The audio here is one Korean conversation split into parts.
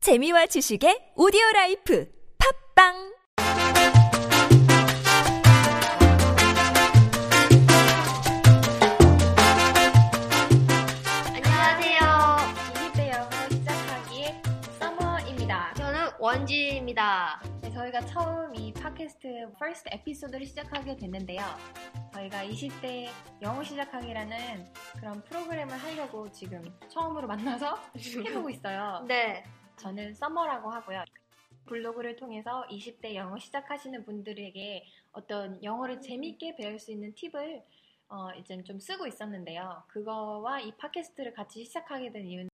재미와 지식의 오디오 라이프 팝빵 안녕하세요. 20대 영어 시작하기의 서머입니다. 저는 원지입니다. 네, 저희가 처음 이 팟캐스트 퍼스트 에피소드를 시작하게 됐는데요. 저희가 20대 영어 시작하기라는 그런 프로그램을 하려고 지금 처음으로 만나서 해보고 있어요. 네. 저는 서머라고 하고요. 블로그를 통해서 20대 영어 시작하시는 분들에게 어떤 영어를 재밌게 배울 수 있는 팁을 어, 이제 좀 쓰고 있었는데요. 그거와 이 팟캐스트를 같이 시작하게 된 이유는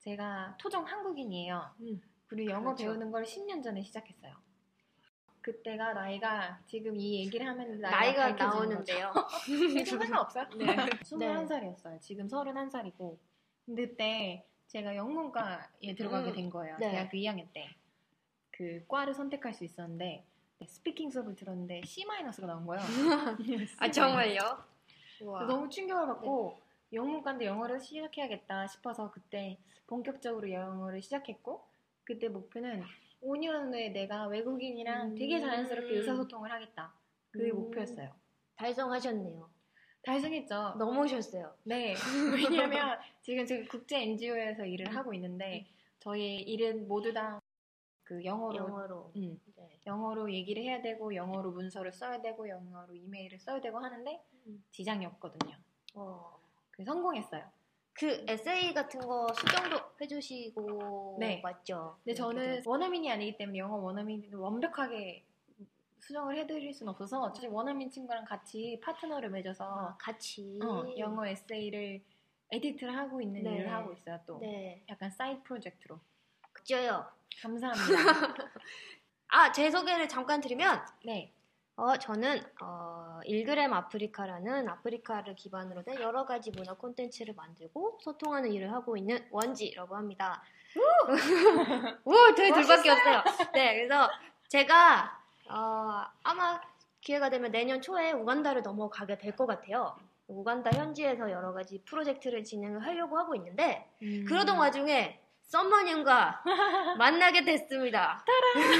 제가 토종 한국인이에요. 음, 그리고 영어 그렇죠. 배우는 걸 10년 전에 시작했어요. 그때가 나이가 지금 이 얘기를 하면 네, 나이가, 나이가, 나오는데요. 지금 상관없어요? 네. 21살이었어요. 지금 31살이고. 근데 그때 제가 영문과에 들어가게 음, 된 거예요. 네. 대학교 2학년 때. 그 과를 선택할 수 있었는데 네, 스피킹 수업을 들었는데 C-가 나온 거예요. 아, 정말요? 네. 우와. 음. 너무 충격을 받고 영문과인데 영어를 시작해야겠다 싶어서 그때 본격적으로 영어를 시작했고 그때 목표는 5년 후에 내가 외국인이랑 음. 되게 자연스럽게 의사소통을 하겠다. 그게 음. 목표였어요. 달성하셨네요. 달성했죠. 넘어오셨어요. 네. 왜냐면 지금 제가 국제 NGO에서 일을 하고 있는데 저희 일은 모두 다 그 영어로 영어로. 음, 네. 영어로 얘기를 해야 되고 영어로 문서를 써야 되고 영어로 이메일을 써야 되고 하는데 음. 지장이 없거든요. 어. 그래서 성공했어요. 그 에세이 같은 거 수정도 해주시고 네. 맞죠? 근데 저는 원어민이 아니기 때문에 영어 원어민을 완벽하게 수정을 해드릴 순 없어서 사실 원어민 친구랑 같이 파트너를 맺어서 아, 같이 어, 영어 에세이를 에디트를 하고 있는 네. 일을 하고 있어요. 또 네 약간 사이드 프로젝트로 그죠요. 감사합니다. 아 제 소개를 잠깐 드리면 네, 어, 저는 어, 1그램 아프리카라는 아프리카를 기반으로 된 여러 가지 문화 콘텐츠를 만들고 소통하는 일을 하고 있는 원지라고 합니다. 우! 저희 둘밖에 없어요. 네, 그래서 제가 어, 아마 기회가 되면 내년 초에 우간다를 넘어가게 될 것 같아요. 우간다 현지에서 여러 가지 프로젝트를 진행을 하려고 하고 있는데 음. 그러던 와중에 썸머님과 만나게 됐습니다.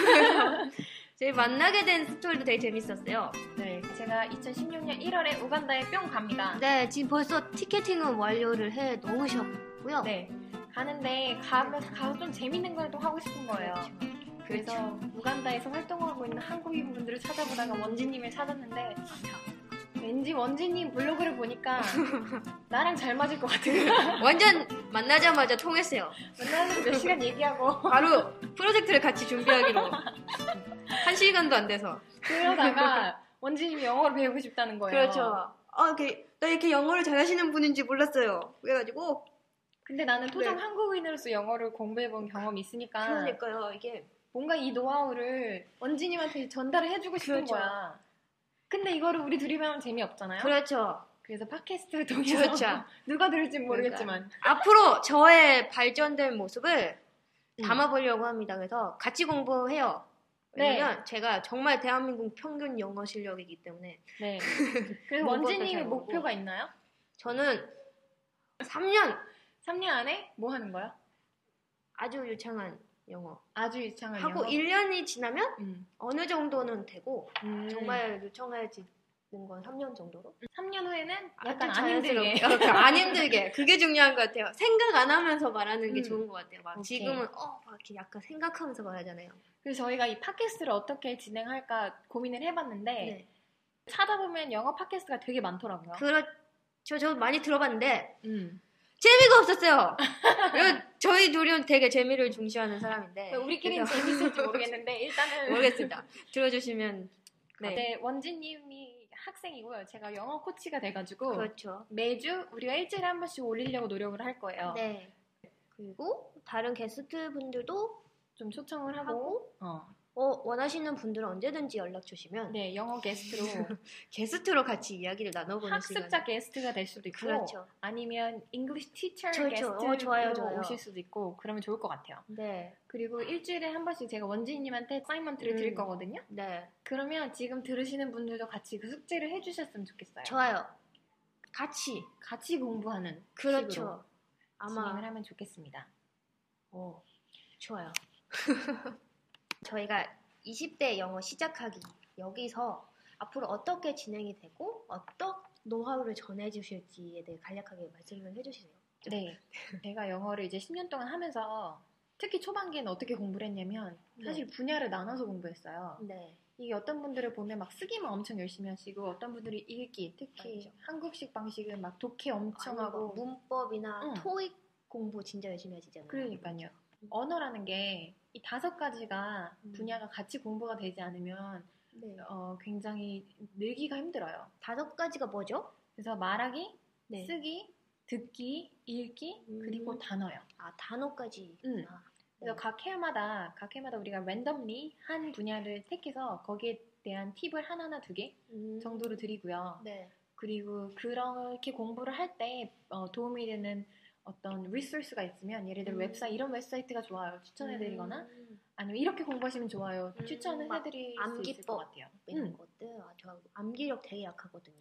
저희 만나게 된 스토리도 되게 재밌었어요. 네 제가 2016년 1월에 우간다에 뿅 갑니다. 네, 지금 벌써 티켓팅은 완료를 해 놓으셨고요. 네, 가는데 가면서 가서 좀 재밌는 걸 또 하고 싶은 거예요. 그렇죠, 그래서 우간다에서 활동하고 있는 한국인 분들을 찾아보다가 원지님을 찾았는데 왠지 원지님 블로그를 보니까 나랑 잘 맞을 것 같은 거 완전 만나자마자 통했어요. 만나서 몇 시간 얘기하고 바로 프로젝트를 같이 준비하기로. 한 시간도 안 돼서. 그러다가 원지님이 영어를 배우고 싶다는 거예요. 그렇죠. 아, 이렇게, 나 이렇게 영어를 잘하시는 분인지 몰랐어요. 그래가지고. 근데 나는 토종 네. 한국인으로서 영어를 공부해본 아. 경험이 있으니까 그러니까요, 이게. 뭔가 이 노하우를 원지님한테 전달을 해주고 싶은 그렇죠. 거야. 근데 이거를 우리 둘이만 하면 재미없잖아요. 그렇죠. 그래서 팟캐스트를 통해서 그렇죠. 누가 들을지 모르겠지만 앞으로 저의 발전된 모습을 음. 담아보려고 합니다. 그래서 같이 공부해요. 네. 왜냐면 제가 정말 대한민국 평균 영어 실력이기 때문에 네. 그래서 공부도 원지님의 잘 모르고. 목표가 있나요? 저는 3년 3년 안에 뭐 하는 거야? 아주 유창한 영어 아주 이상한 하고 영어. 1년이 지나면 음. 어느 정도는 되고 음. 정말 요청해지는 건 3년 정도로 3년 후에는 약간 아주 안 힘들게 자연스럽게. 이렇게 안 힘들게 그게 중요한 것 같아요 생각 안 하면서 말하는 게 음. 좋은 것 같아요 막 오케이. 지금은 어막 이렇게 약간 생각하면서 말하잖아요 그래서 저희가 이 팟캐스트를 어떻게 진행할까 고민을 해봤는데 네. 찾아보면 영어 팟캐스트가 되게 많더라고요. 그렇죠 저 많이 들어봤는데 음. 재미가 없었어요 이거 저희 둘은 되게 재미를 중시하는 사람인데 네. 그러니까 우리끼리는 그래서 재밌을지 모르겠는데 일단은 모르겠습니다 들어주시면 네. 네 원지님이 학생이고요. 제가 영어 코치가 돼가지고 그렇죠 매주 우리가 일주일에 한 번씩 올리려고 노력을 할 거예요. 네 그리고 다른 게스트 분들도 좀 초청을 하고, 하고 어, 원하시는 분들은 언제든지 연락 주시면 네 영어 게스트로 게스트로 같이 이야기를 나눠보는 학습자 시간 게스트가 될 수도 있고 그렇죠. 아니면 잉글리시 티처 좋죠. 게스트로 어, 좋아요, 좋아요. 오실 수도 있고 그러면 좋을 것 같아요. 네, 그리고 일주일에 한 번씩 제가 원지님한테 사이먼트를 음. 드릴 거거든요. 네, 그러면 지금 들으시는 분들도 같이 그 숙제를 해주셨으면 좋겠어요. 좋아요. 같이 같이 공부하는 그렇죠. 식으로 아마 진행을 하면 좋겠습니다. 어, 좋아요. 저희가 20대 영어 시작하기 여기서 앞으로 어떻게 진행이 되고 어떤 노하우를 전해주실지에 대해 간략하게 말씀을 해주시네요. 네. 제가 영어를 이제 10년 동안 하면서 특히 초반기에는 어떻게 공부를 했냐면 사실 분야를 나눠서 공부했어요. 네. 이게 어떤 분들을 보면 막 쓰기만 뭐 엄청 열심히 하시고 어떤 분들이 읽기 특히 맞죠. 한국식 방식은 막 독해 엄청 하고 뭐 문법이나 응. 토익 공부 진짜 열심히 하시잖아요. 그러니까요. 언어라는 게 이 다섯 가지가 음. 분야가 같이 공부가 되지 않으면 네. 어, 굉장히 늘기가 힘들어요. 다섯 가지가 뭐죠? 그래서 말하기, 네. 쓰기, 듣기, 읽기, 음. 그리고 단어요. 아 단어까지. 응. 아, 그래서 네. 각 해마다 각 해마다 우리가 랜덤리 한 분야를 택해서 거기에 대한 팁을 하나나 두 개 음. 정도로 드리고요. 네. 그리고 그렇게 공부를 할 때 어, 도움이 되는 어떤 리소스가 있으면 예를 들어 음. 웹사이트 이런 웹사이트가 좋아요 추천해드리거나 음. 아니면 이렇게 공부하시면 좋아요 음, 추천을 막 해드릴 수 있을 암기법. 것 같아요. 이런 음, 것들 아, 저 암기력 되게 약하거든요.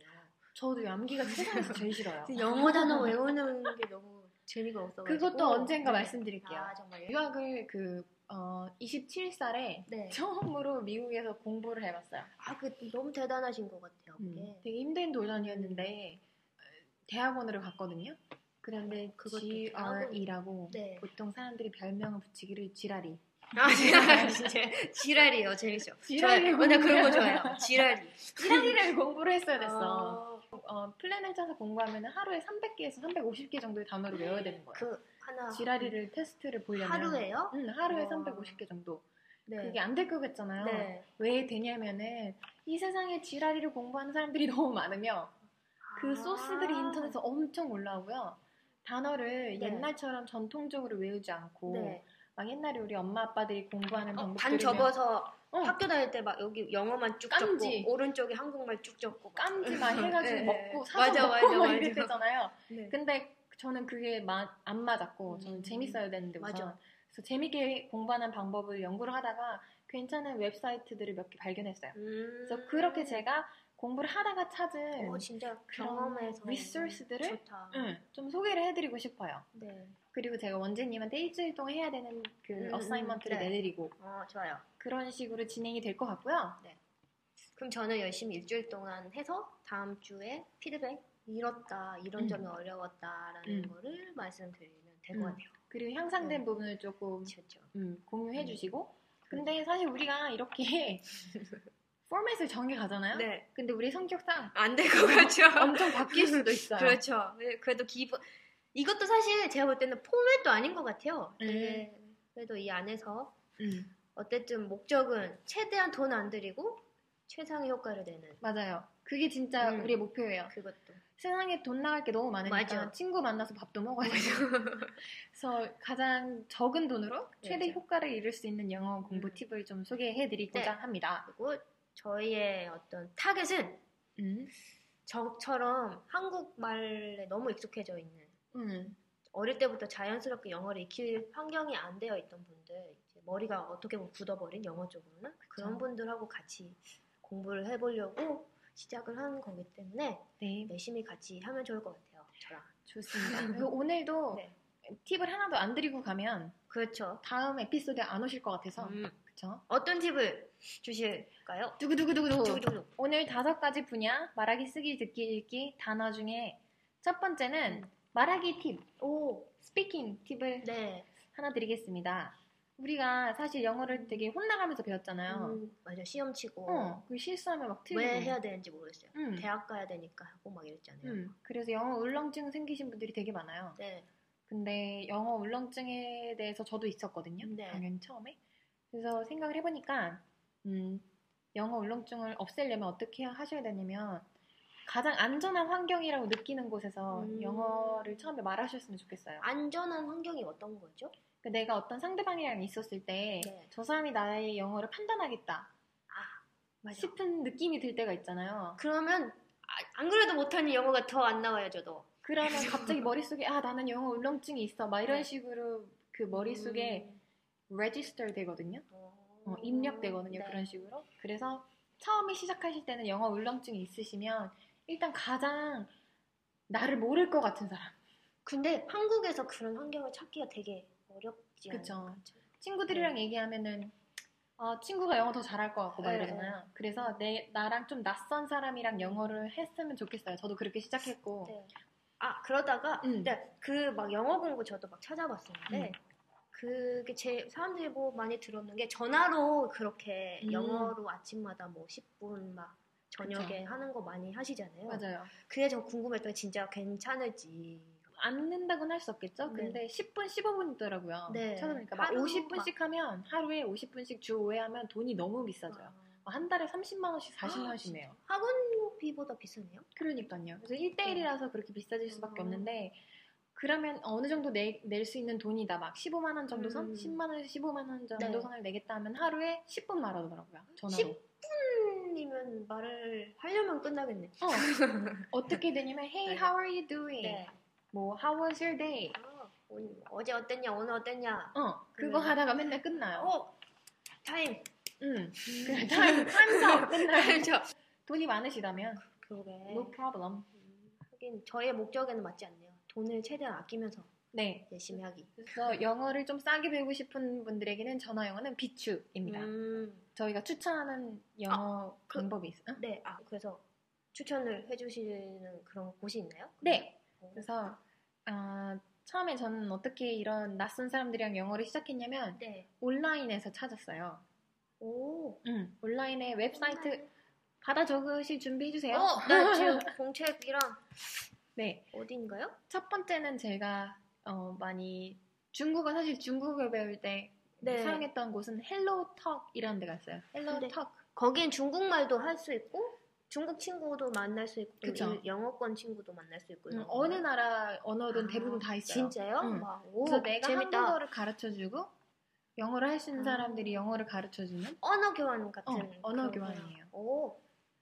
저도 암기가 세상에서 제일 싫어요. 영어 단어 외우는 게 너무 재미가 없어. 그것도 언젠가 말씀드릴게요. 아 정말요? 유학을 그 어, 27살에 네. 처음으로 미국에서 공부를 해봤어요. 아그 너무 대단하신 것 같아요. 음, 그게. 되게 힘든 도전이었는데 대학원으로 갔거든요. 그런데 그것도 GRE라고 아 네. 보통 사람들이 별명을 붙이기를 지랄이. 아 지랄 진짜 지랄이에요 재밌죠. 지랄이 저, 근데 그런 거 뭔가요? 좋아요. 지랄이. 지랄이를 공부를 했어야 됐어. 그래서 어, 플랜을 짜서 공부하면 하루에 300개에서 350개 정도의 단어를 외워야 되는 거예요. 그 하나 지랄이를 테스트를 보려면 하루에요? 응, 하루에 와. 350개 정도. 네. 그게 안 될 거겠잖아요. 네. 왜 되냐면은 이 세상에 지랄이를 공부하는 사람들이 너무 많으며 그 아. 소스들이 인터넷에 엄청 올라오고요. 단어를 네. 옛날처럼 전통적으로 외우지 않고 네. 막 옛날에 우리 엄마 아빠들이 공부하는 어, 방법 반 접어서 어. 학교 다닐 때 막 여기 영어만 쭉 깐지. 적고 오른쪽에 한국말 쭉 적고 막. 깐지 막 해가지고 네. 먹고 사서 맞아, 먹고 맞아, 막 맞아. 이랬잖아요. 네. 근데 저는 그게 마- 안 맞았고 음. 저는 재밌어야 되는데 우선 맞아. 그래서 재밌게 공부하는 방법을 연구를 하다가 괜찮은 웹사이트들을 몇 개 발견했어요. 음. 그래서 그렇게 제가 공부를 하다가 찾은 어, 진짜 네. 그런 경험에서 리소스들을 네. 좋다. 응, 좀 소개를 해드리고 싶어요. 네. 그리고 제가 원재님한테 일주일 동안 해야 되는 그 음, 음, 어사이먼트를 네. 내드리고 어, 좋아요. 그런 식으로 진행이 될 것 같고요. 그럼 저는 열심히 일주일 동안 해서 다음 주에 피드백 잃었다, 이런 음. 점이 어려웠다라는 음. 거를 말씀드리면 될 것 음. 같아요. 그리고 향상된 네. 부분을 조금 그렇죠. 음, 공유해 주시고 근데 사실 우리가 이렇게 포맷을 정해 가잖아요. 네. 근데 우리 성격상 안 될 것 같죠. 엄청 바뀔 수도 있어요. 그렇죠. 그래도 기본 이것도 사실 제가 볼 때는 포맷도 아닌 것 같아요. 네. 되게 그래도 이 안에서 음, 어쨌든 목적은 최대한 돈 안 들이고 최상의 효과를 내는 맞아요. 그게 진짜 음. 우리의 목표예요. 그것도 세상에 돈 나갈 게 너무 많으니까 맞아. 친구 만나서 밥도 먹어야 되고 그래서 가장 적은 돈으로 최대 맞아. 효과를 이룰 수 있는 영어 공부 그렇죠. 음. 네. 팁을 좀 소개해 드리고자 합니다. 그리고 저희의 어떤 타겟은 음. 저처럼 한국말에 너무 익숙해져 있는 음. 어릴 때부터 자연스럽게 영어를 익힐 환경이 안 되어 있던 분들 이제 머리가 어떻게 보면 굳어버린 영어 쪽으로는 그런 분들하고 같이 공부를 해보려고 시작을 한 거기 때문에 네, 열심히 같이 하면 좋을 것 같아요 저랑 좋습니다. 그리고 오늘도 네. 팁을 하나도 안 드리고 가면 그렇죠 다음 에피소드에 안 오실 것 같아서 음, 그쵸? 어떤 팁을 주실까요? 두구두구두구두구 두구두구. 오늘 다섯 가지 분야 말하기, 쓰기, 듣기, 읽기 단어 중에 첫 번째는 음. 말하기 팁, 오, 스피킹 팁을 네, 하나 드리겠습니다. 우리가 사실 영어를 되게 혼나가면서 배웠잖아요. 음, 맞아 시험 치고 어, 그 실수하면 막 틀리고. 왜 해야 되는지 모르겠어요 음, 대학 가야 되니까 하고 막 이랬잖아요 음. 그래서 영어 울렁증 생기신 분들이 되게 많아요. 네, 근데 영어 울렁증에 대해서 저도 있었거든요. 네. 당연히 처음에. 그래서 생각을 해보니까 음, 영어 울렁증을 없애려면 어떻게 하셔야 되냐면 가장 안전한 환경이라고 느끼는 곳에서 음. 아. 영어를 처음에 말하셨으면 좋겠어요. 안전한 환경이 어떤 거죠? 그 내가 어떤 상대방이랑 있었을 때 저 네. 사람이 나의 영어를 판단하겠다 맞아. 싶은 느낌이 들 때가 있잖아요. 그러면 아, 안 그래도 못하니 영어가 더 안 나와요 저도. 그러면 갑자기 머릿속에 아 나는 영어 울렁증이 있어 막 이런 네. 식으로 그 머릿속에 음. register 되거든요. 어, 입력되거든요. 네. 그런 식으로. 그래서 처음에 시작하실 때는 영어 울렁증이 있으시면 일단 가장 나를 모를 것 같은 사람. 근데 한국에서 그런 환경을 찾기가 되게 어렵지 않아요? 그쵸. 친구들이랑 얘기하면은 어, 친구가 영어 더 잘할 것 같고 막 네, 이러잖아요. 그래서 내 나랑 좀 낯선 사람이랑 영어를 했으면 좋겠어요. 저도 그렇게 시작했고 네. 아 그러다가 어. 음. 네, 그 막 영어 공부 저도 막 찾아봤었는데 그게 제 사람들이 뭐 많이 들었는 게 전화로 그렇게 음. 영어로 아침마다 뭐 10분 막 저녁에 하는 거 많이 하시잖아요. 맞아요. 그게 저 궁금했던 게 진짜 괜찮을지. 안는다고는 할 수 없겠죠. 네. 근데 10분, 15분이더라고요. 네. 찾아보니까 막 하루 50분씩 하면 하루에 50분씩 주 5회 하면 돈이 너무 비싸져요. 한 달에 30만 원씩, 40만 원씩 내요. 아, 학원비보다 비싸네요. 그러니까요. 그래서 음. 1대1이라서 그렇게 비싸질 수밖에 없는데 그러면 어느 정도 낼 수 있는 돈이다. 막 15만 원 정도 선? 음. 10만 원에서 15만 원 정도 네. 선을 내겠다 하면 하루에 10분 말하더라고요. 전화로. 어. 10분이면 말을 하려면 끝나겠네. 어. 어떻게 되냐면 네. Hey, how are you doing? 네. 뭐 How was your day? 아, 오늘- 어제 어땠냐? 오늘 어땠냐? 어. 그거 네. 하다가 맨날 끝나요. 어 타임. 응. 그래, 타임 타임서 끝나요. 그렇죠. 네. 돈이 많으시다면 그러게. no problem. 음, 하긴 저의 목적에는 맞지 않네요. 돈을 최대한 아끼면서 네. 열심히 하기. 그래서 영어를 좀 싸게 배우고 싶은 분들에게는 전화 영어는 비추입니다. 음, 저희가 추천하는 영어 그- 방법이 있어요. 네, 아 그래서 추천을 해주시는 그런 곳이 있나요? 네. 어. 그래서 아, 처음에 저는 어떻게 이런 낯선 사람들이랑 영어를 시작했냐면 네. 온라인에서 찾았어요. 오. 음, 온라인에 웹사이트 받아 적으실 준비해 주세요. 어, 네 지금 공책이랑 네. 어디인가요? 첫 번째는 제가 어, 많이 중국어 사실 중국어 배울 때 네. 사용했던 곳은 헬로 턱이라는 데가 있어요. 헬로 근데- 턱. 거긴 중국말도 할 수 있고 중국 친구도 만날 수 있고 그쵸. 일- 영어권 친구도 만날 수 있고 음, 이런 어느 건가요? 나라 언어든 대부분 다 있어요. 아, 진짜요? 응. 와, 오, 그래서 내가 재밌다. 한국어를 가르쳐주고 영어를 할 수 있는 아. 사람들이 영어를 가르쳐주는 언어 교환 같은 어, 언어 그런 거예요. 교환이에요. 오,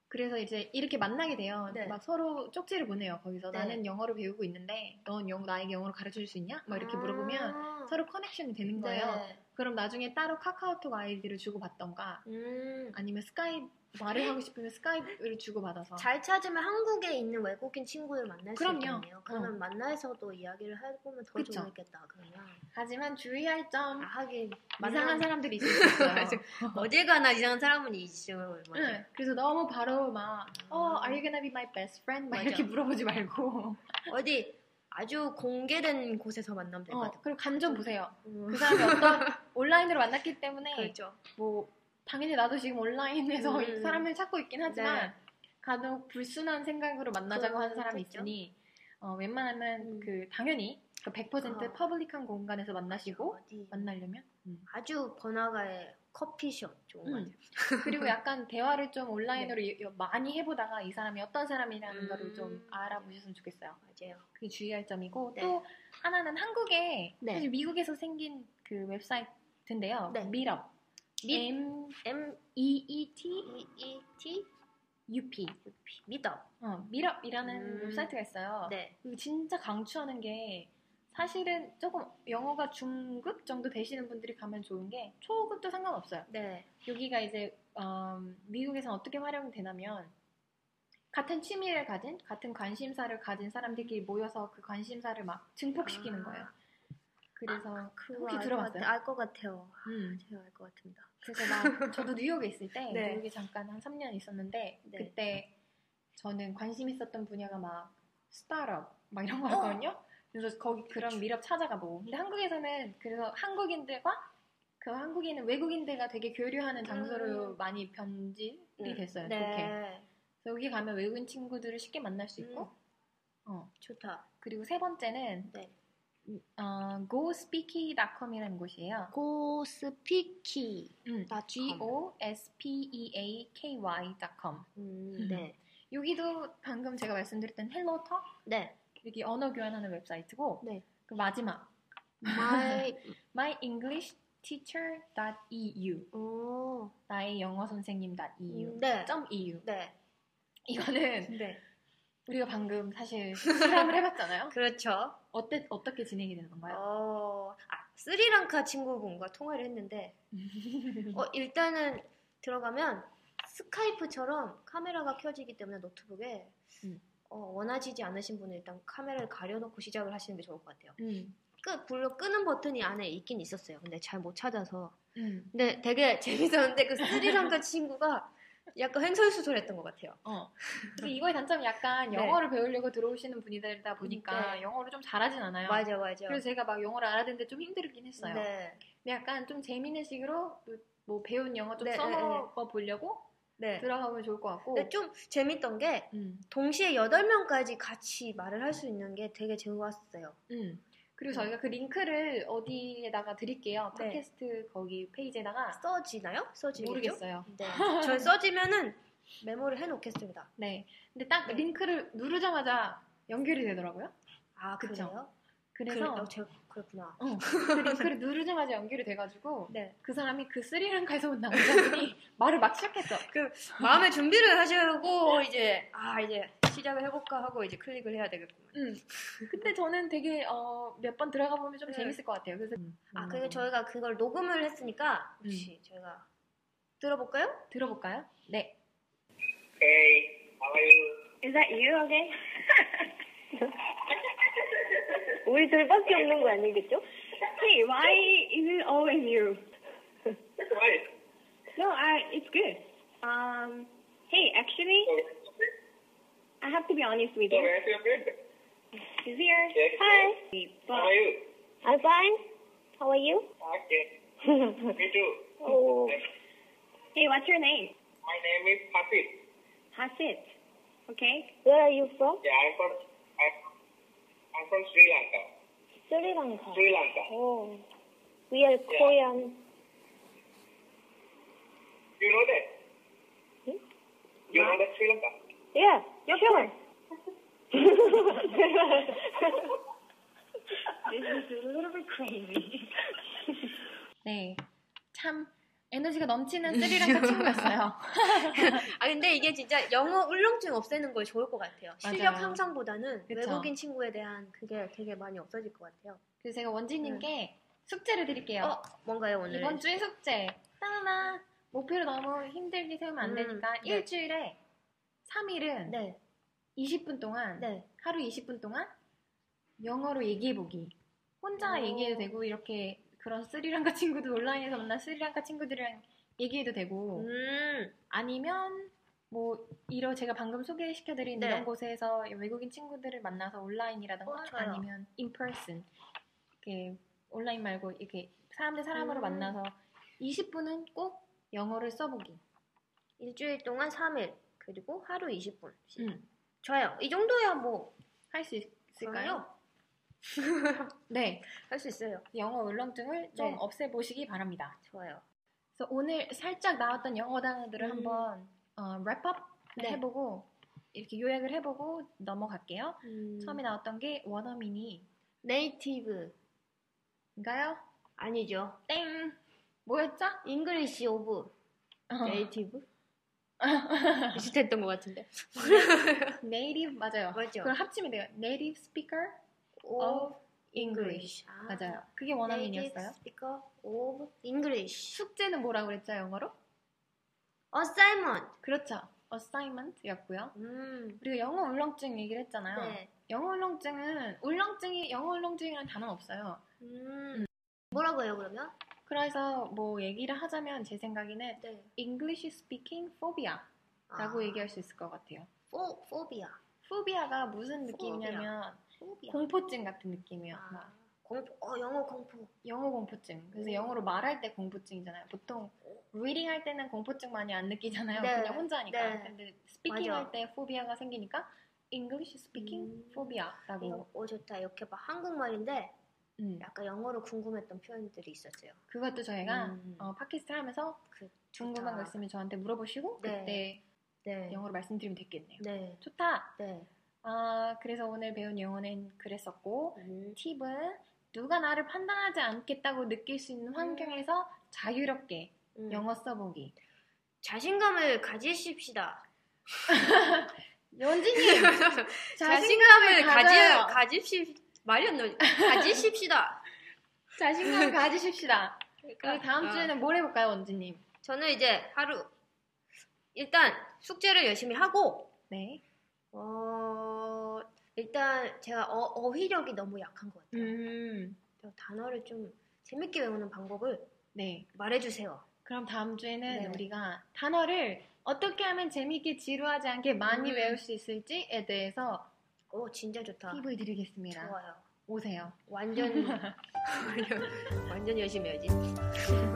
그래서 이제 이렇게 만나게 돼요. 네. 막 서로 쪽지를 보내요. 거기서 네. 나는 영어를 배우고 있는데 넌 영, 나에게 영어를 가르쳐줄 수 있냐? 막뭐 이렇게 아. 물어보면 서로 커넥션이 되는 거예요. 네. 그럼 나중에 따로 카카오톡 아이디를 주고받던가 음, 아니면 스카이프 말을 하고 싶으면 스카이프를 주고받아서 잘 찾으면 한국에 있는 외국인 친구를 만날 그럼요. 어. 수 있겠네요. 그러면 만나서도 이야기를 해보면 더 그쵸. 좋겠다. 그러면 하지만 주의할 점 아, 하긴 이상한 만나면- 사람들이 있을 수 있어요. 어딜가나 이상한 사람은 있죠. 뭐. 맞아요. 응, 그래서 너무 바로 막, 어, are you gonna be my best friend? 막 맞아. 이렇게 물어보지 말고. 어디 아주 공개된 곳에서 만나면 될 것 어, 같아요. 그리고 감정 보세요. 네, 음. 그 사람이 어떤 온라인으로 만났기 때문에, 그렇죠. 뭐, 당연히 나도 지금 온라인에서 음. 이 사람을 찾고 있긴 하지만, 네. 간혹 불순한 생각으로 만나자고 하는 사람이 그렇겠죠. 있으니, 어, 웬만하면 음. 그, 당연히, 그 100% 어. 퍼블릭한 공간에서 만나시고, 어디 만나려면. 아주 번화가의 커피숍 좋은 것 음. 같아요. 그리고 약간 대화를 좀 온라인으로 이- 많이 해보다가 이 사람이 어떤 사람이라는 거를 좀 네. 음. 알아보셨으면 좋겠어요. 맞아요. 그게 주의할 점이고 네. 또 하나는 한국에 네. 사실 미국에서 생긴 그 웹사이트인데요. 네. 미럽. 미- M M E E T E E T U P. 미더. 어, 미럽이라는 음. 웹사이트가 있어요. 네. 그리고 진짜 강추하는 게 사실은 조금 영어가 중급 정도 되시는 분들이 가면 좋은 게 초급도 상관없어요. 네. 여기가 이제 어, 미국에서 어떻게 활용되냐면 같은 취미를 가진 같은 관심사를 가진 사람들끼리 모여서 그 관심사를 막 증폭시키는 아. 거예요. 그래서 그거 혹시 알것 들어봤어요? 같- 알것 같아요. 음. 제가 알 것 같습니다. 그래서 막 저도 뉴욕에 있을 때 네. 뉴욕에 잠깐 한 3년 있었는데 네. 그때 저는 관심 있었던 분야가 막 스타트업 막 이런 어. 거였거든요. 그래서 거기 그런 미럽 찾아가고 근데 한국에서는 그래서 한국인들과 그 한국인은 외국인들과 되게 교류하는 장소로 음. 많이 변질이 음. 됐어요. 좋게. 네. 그래서 여기 가면 외국인 친구들을 쉽게 만날 수 있고 음. 어. 좋다. 그리고 세 번째는 네. 어, gospeaky.com이라는 곳이에요. 고스피키. 음, 닷컴. G O S P E A K Y.com. 음, 네. 여기도 방금 제가 말씀드렸던 헬로터 네. 여기 언어 교환하는 웹사이트고 네. 그 마지막 마이 myenglishsteacher.eu 어, 오. E 나의 영어 선생님 .eu 네. 점 .eu 네. 이거는 네. 우리가 방금 사실 실험을 해봤잖아요. 그렇죠. 어때 어떻게 진행이 되는 건가요? 어, 아, 스리랑카 친구분과 통화를 했는데, 어, 일단은 들어가면 스카이프처럼 카메라가 켜지기 때문에 노트북에 음. 어, 원하시지 않으신 분은 일단 카메라를 가려놓고 시작을 하시는 게 좋을 것 같아요. 음. 끄, 불로 끄는 버튼이 안에 있긴 있었어요. 근데 잘 못 찾아서. 음, 근데 되게 재밌었는데 그 스리랑카 친구가 약간 횡설수설했던 것 같아요. 어. 근데 이거의 단점이 약간 네. 영어를 배우려고 들어오시는 분이다 보니까 네. 영어를 좀 잘하진 않아요. 맞아, 맞아. 그래서 제가 막 영어를 알아듣는데 좀 힘들긴 했어요. 네. 근데 약간 좀 재미있는 식으로 또 뭐 배운 영어 좀 네, 써먹어 보려고 네. 들어가면 좋을 것 같고. 근데 좀 재밌던 게 음. 동시에 8명까지 같이 말을 할 수 있는 게 되게 좋았어요. 음. 그리고 음. 저희가 그 링크를 어디에다가 드릴게요. 네. 팟캐스트 거기 페이지에다가 써지나요? 써지겠죠? 모르겠어요. 네. 전 써지면은 메모를 해놓겠습니다. 네. 근데 딱 네. 링크를 누르자마자 연결이 되더라고요. 아, 그쵸. 그래요? 그래서 그, 어, 제, 그렇구나. 어, 그 링크를 누르자마자 연결이 돼가지고 네. 그 사람이 그 스리랑카에서 온 남자분이 말을 막 시작했어. 마음의 준비를 하시고 이제 아 이제 시작을 해볼까 하고 이제 클릭을 해야 되겠구만. 음. 근데 저는 되게 어, 몇 번 들어가 보면 좀 네. 재밌을 것 같아요. 그래서 아 그리고 저희가 그걸 녹음을 했으니까 혹시 저희가 들어볼까요? 들어볼까요? 네. Hey, how are you? Is that you again? 우리 둘밖에 없는 거 아니겠죠? Hey, why is it always you? That's right. No, I, it's good. Um, hey, actually, So, I have to be honest with so you. where's your friend? She's here. Yes, Hi. How are you? I'm fine. How are you? Okay. Me too. Oh. My Hey, what's your name? name is Hafiz. Hasit. Okay. Where are you from? Yeah, I'm from I'm, I'm from Sri Lanka. Sri Lanka. Sri Lanka. Oh. We are Korean. You know that? Hmm? You know that Sri Lanka? Yeah, sure. 네. 참 에너지가 넘치는 스리랑카 그 친구였어요. 아 근데 이게 진짜 영어 울렁증 없애는 거 좋을 것 같아요. 실력 맞아요. 향상보다는 그쵸. 외국인 친구에 대한 그게 되게 많이 없어질 것 같아요. 그래서 제가 원진님께 숙제를 드릴게요. 네. 어 뭔가요 오늘? 이번 주의 숙제. 따나 목표를 너무 힘들게 세우면 안 음, 되니까 네. 일주일에 3일은 네, 20분 동안 네. 하루 20분 동안 영어로 얘기해보기. 혼자 오. 얘기해도 되고 이렇게 그런 스리랑카 친구들 온라인에서 만난 스리랑카 친구들이랑 얘기해도 되고 음, 아니면 뭐 이런 제가 방금 소개시켜드린 네. 이런 곳에서 외국인 친구들을 만나서 온라인이라든가 어, 좋아요. 아니면 인퍼슨 이렇게 온라인 말고 이렇게 사람 대 사람으로 음. 만나서 20분은 꼭 영어를 써보기. 일주일 동안 3일 그리고 하루 20분. 음. 좋아요. 이 정도야 뭐 할 수 있을까요? 그럼요. 네, 할 수 있어요. 영어 울렁증을 좀 네. 없애보시기 바랍니다. 좋아요. 그래서 오늘 살짝 나왔던 영어 단어들을 음. 한번 어, 랩업 네. 해보고 이렇게 요약을 해보고 넘어갈게요. 처음에 나왔던 게 원어민이인가요? 네이티브 아니죠. 땡 뭐였죠? 어, 잉글리시 오브 네이티브? 비슷했던 것 같은데. 네이티브 맞아요. 맞죠? 그럼 합치면 돼요. Native speaker of English 아, 어? 맞아요. 그게 원어민이었어요. Native speaker of English. 숙제는 뭐라고 그랬죠 영어로? 어, Assignment. 그렇죠. assignment였고요. 음. 그리고 영어 울렁증 얘기를 했잖아요. 네. 영어 울렁증은 울렁증이 영어 울렁증이라는 단어는 없어요. 음. 뭐라고 해요 그러면? 그래서 뭐 얘기를 하자면 제 생각에는 네. 아. English speaking phobia라고 얘기할 수 있을 것 같아요. 포 포비아. 포비아가 무슨 느낌이냐면 포비아. 공포증 같은 느낌이에요. 막 아, 공포. 어 영어 공포. 영어 공포증. 그래서 음. 영어로 말할 때 공포증이잖아요. 보통 리딩 할 때는 공포증 많이 안 느끼잖아요. 네, 그냥 혼자 하니까. 네. 근데 스피킹 맞아. 할 때 포비아가 생기니까 English speaking 음. phobia라고. 이거 오 어, 좋다. 이렇게 막 한국말인데 음. 약간 영어로 궁금했던 표현들이 있었어요. 그것도 저희가 음. 어, 팟캐스트 하면서 그 궁금한 거 있으면 저한테 물어보시고 네. 그때 네. 영어로 말씀드리면 됐겠네요. 네. 좋다. 네. 아, 그래서 오늘 배운 영어는 그랬었고 음. 팁은 누가 나를 판단하지 않겠다고 느낄 수 있는 환경에서 자유롭게 음. 영어 써보기. 자신감을 가지십시다. 연진님 자신감을 가져요. 가지 가집시 말이 안 나오지. 가지십시다. 자신감 가지십시다. 우리 다음 어. 주에는 뭘 해볼까요, 원진님? 저는 이제 하루 일단 숙제를 열심히 하고 네. 어 일단 제가 어, 어휘력이 너무 약한 것 같아요. 음. 단어를 좀 재밌게 외우는 방법을 네. 말해주세요. 그럼 다음 주에는 네. 우리가 단어를 어떻게 하면 재미있게 지루하지 않게 많이 음. 외울 수 있을지에 대해서 오, 진짜 좋다. 팁을 드리겠습니다. 좋아요. 오세요. 완전 완전 열심히 해야지.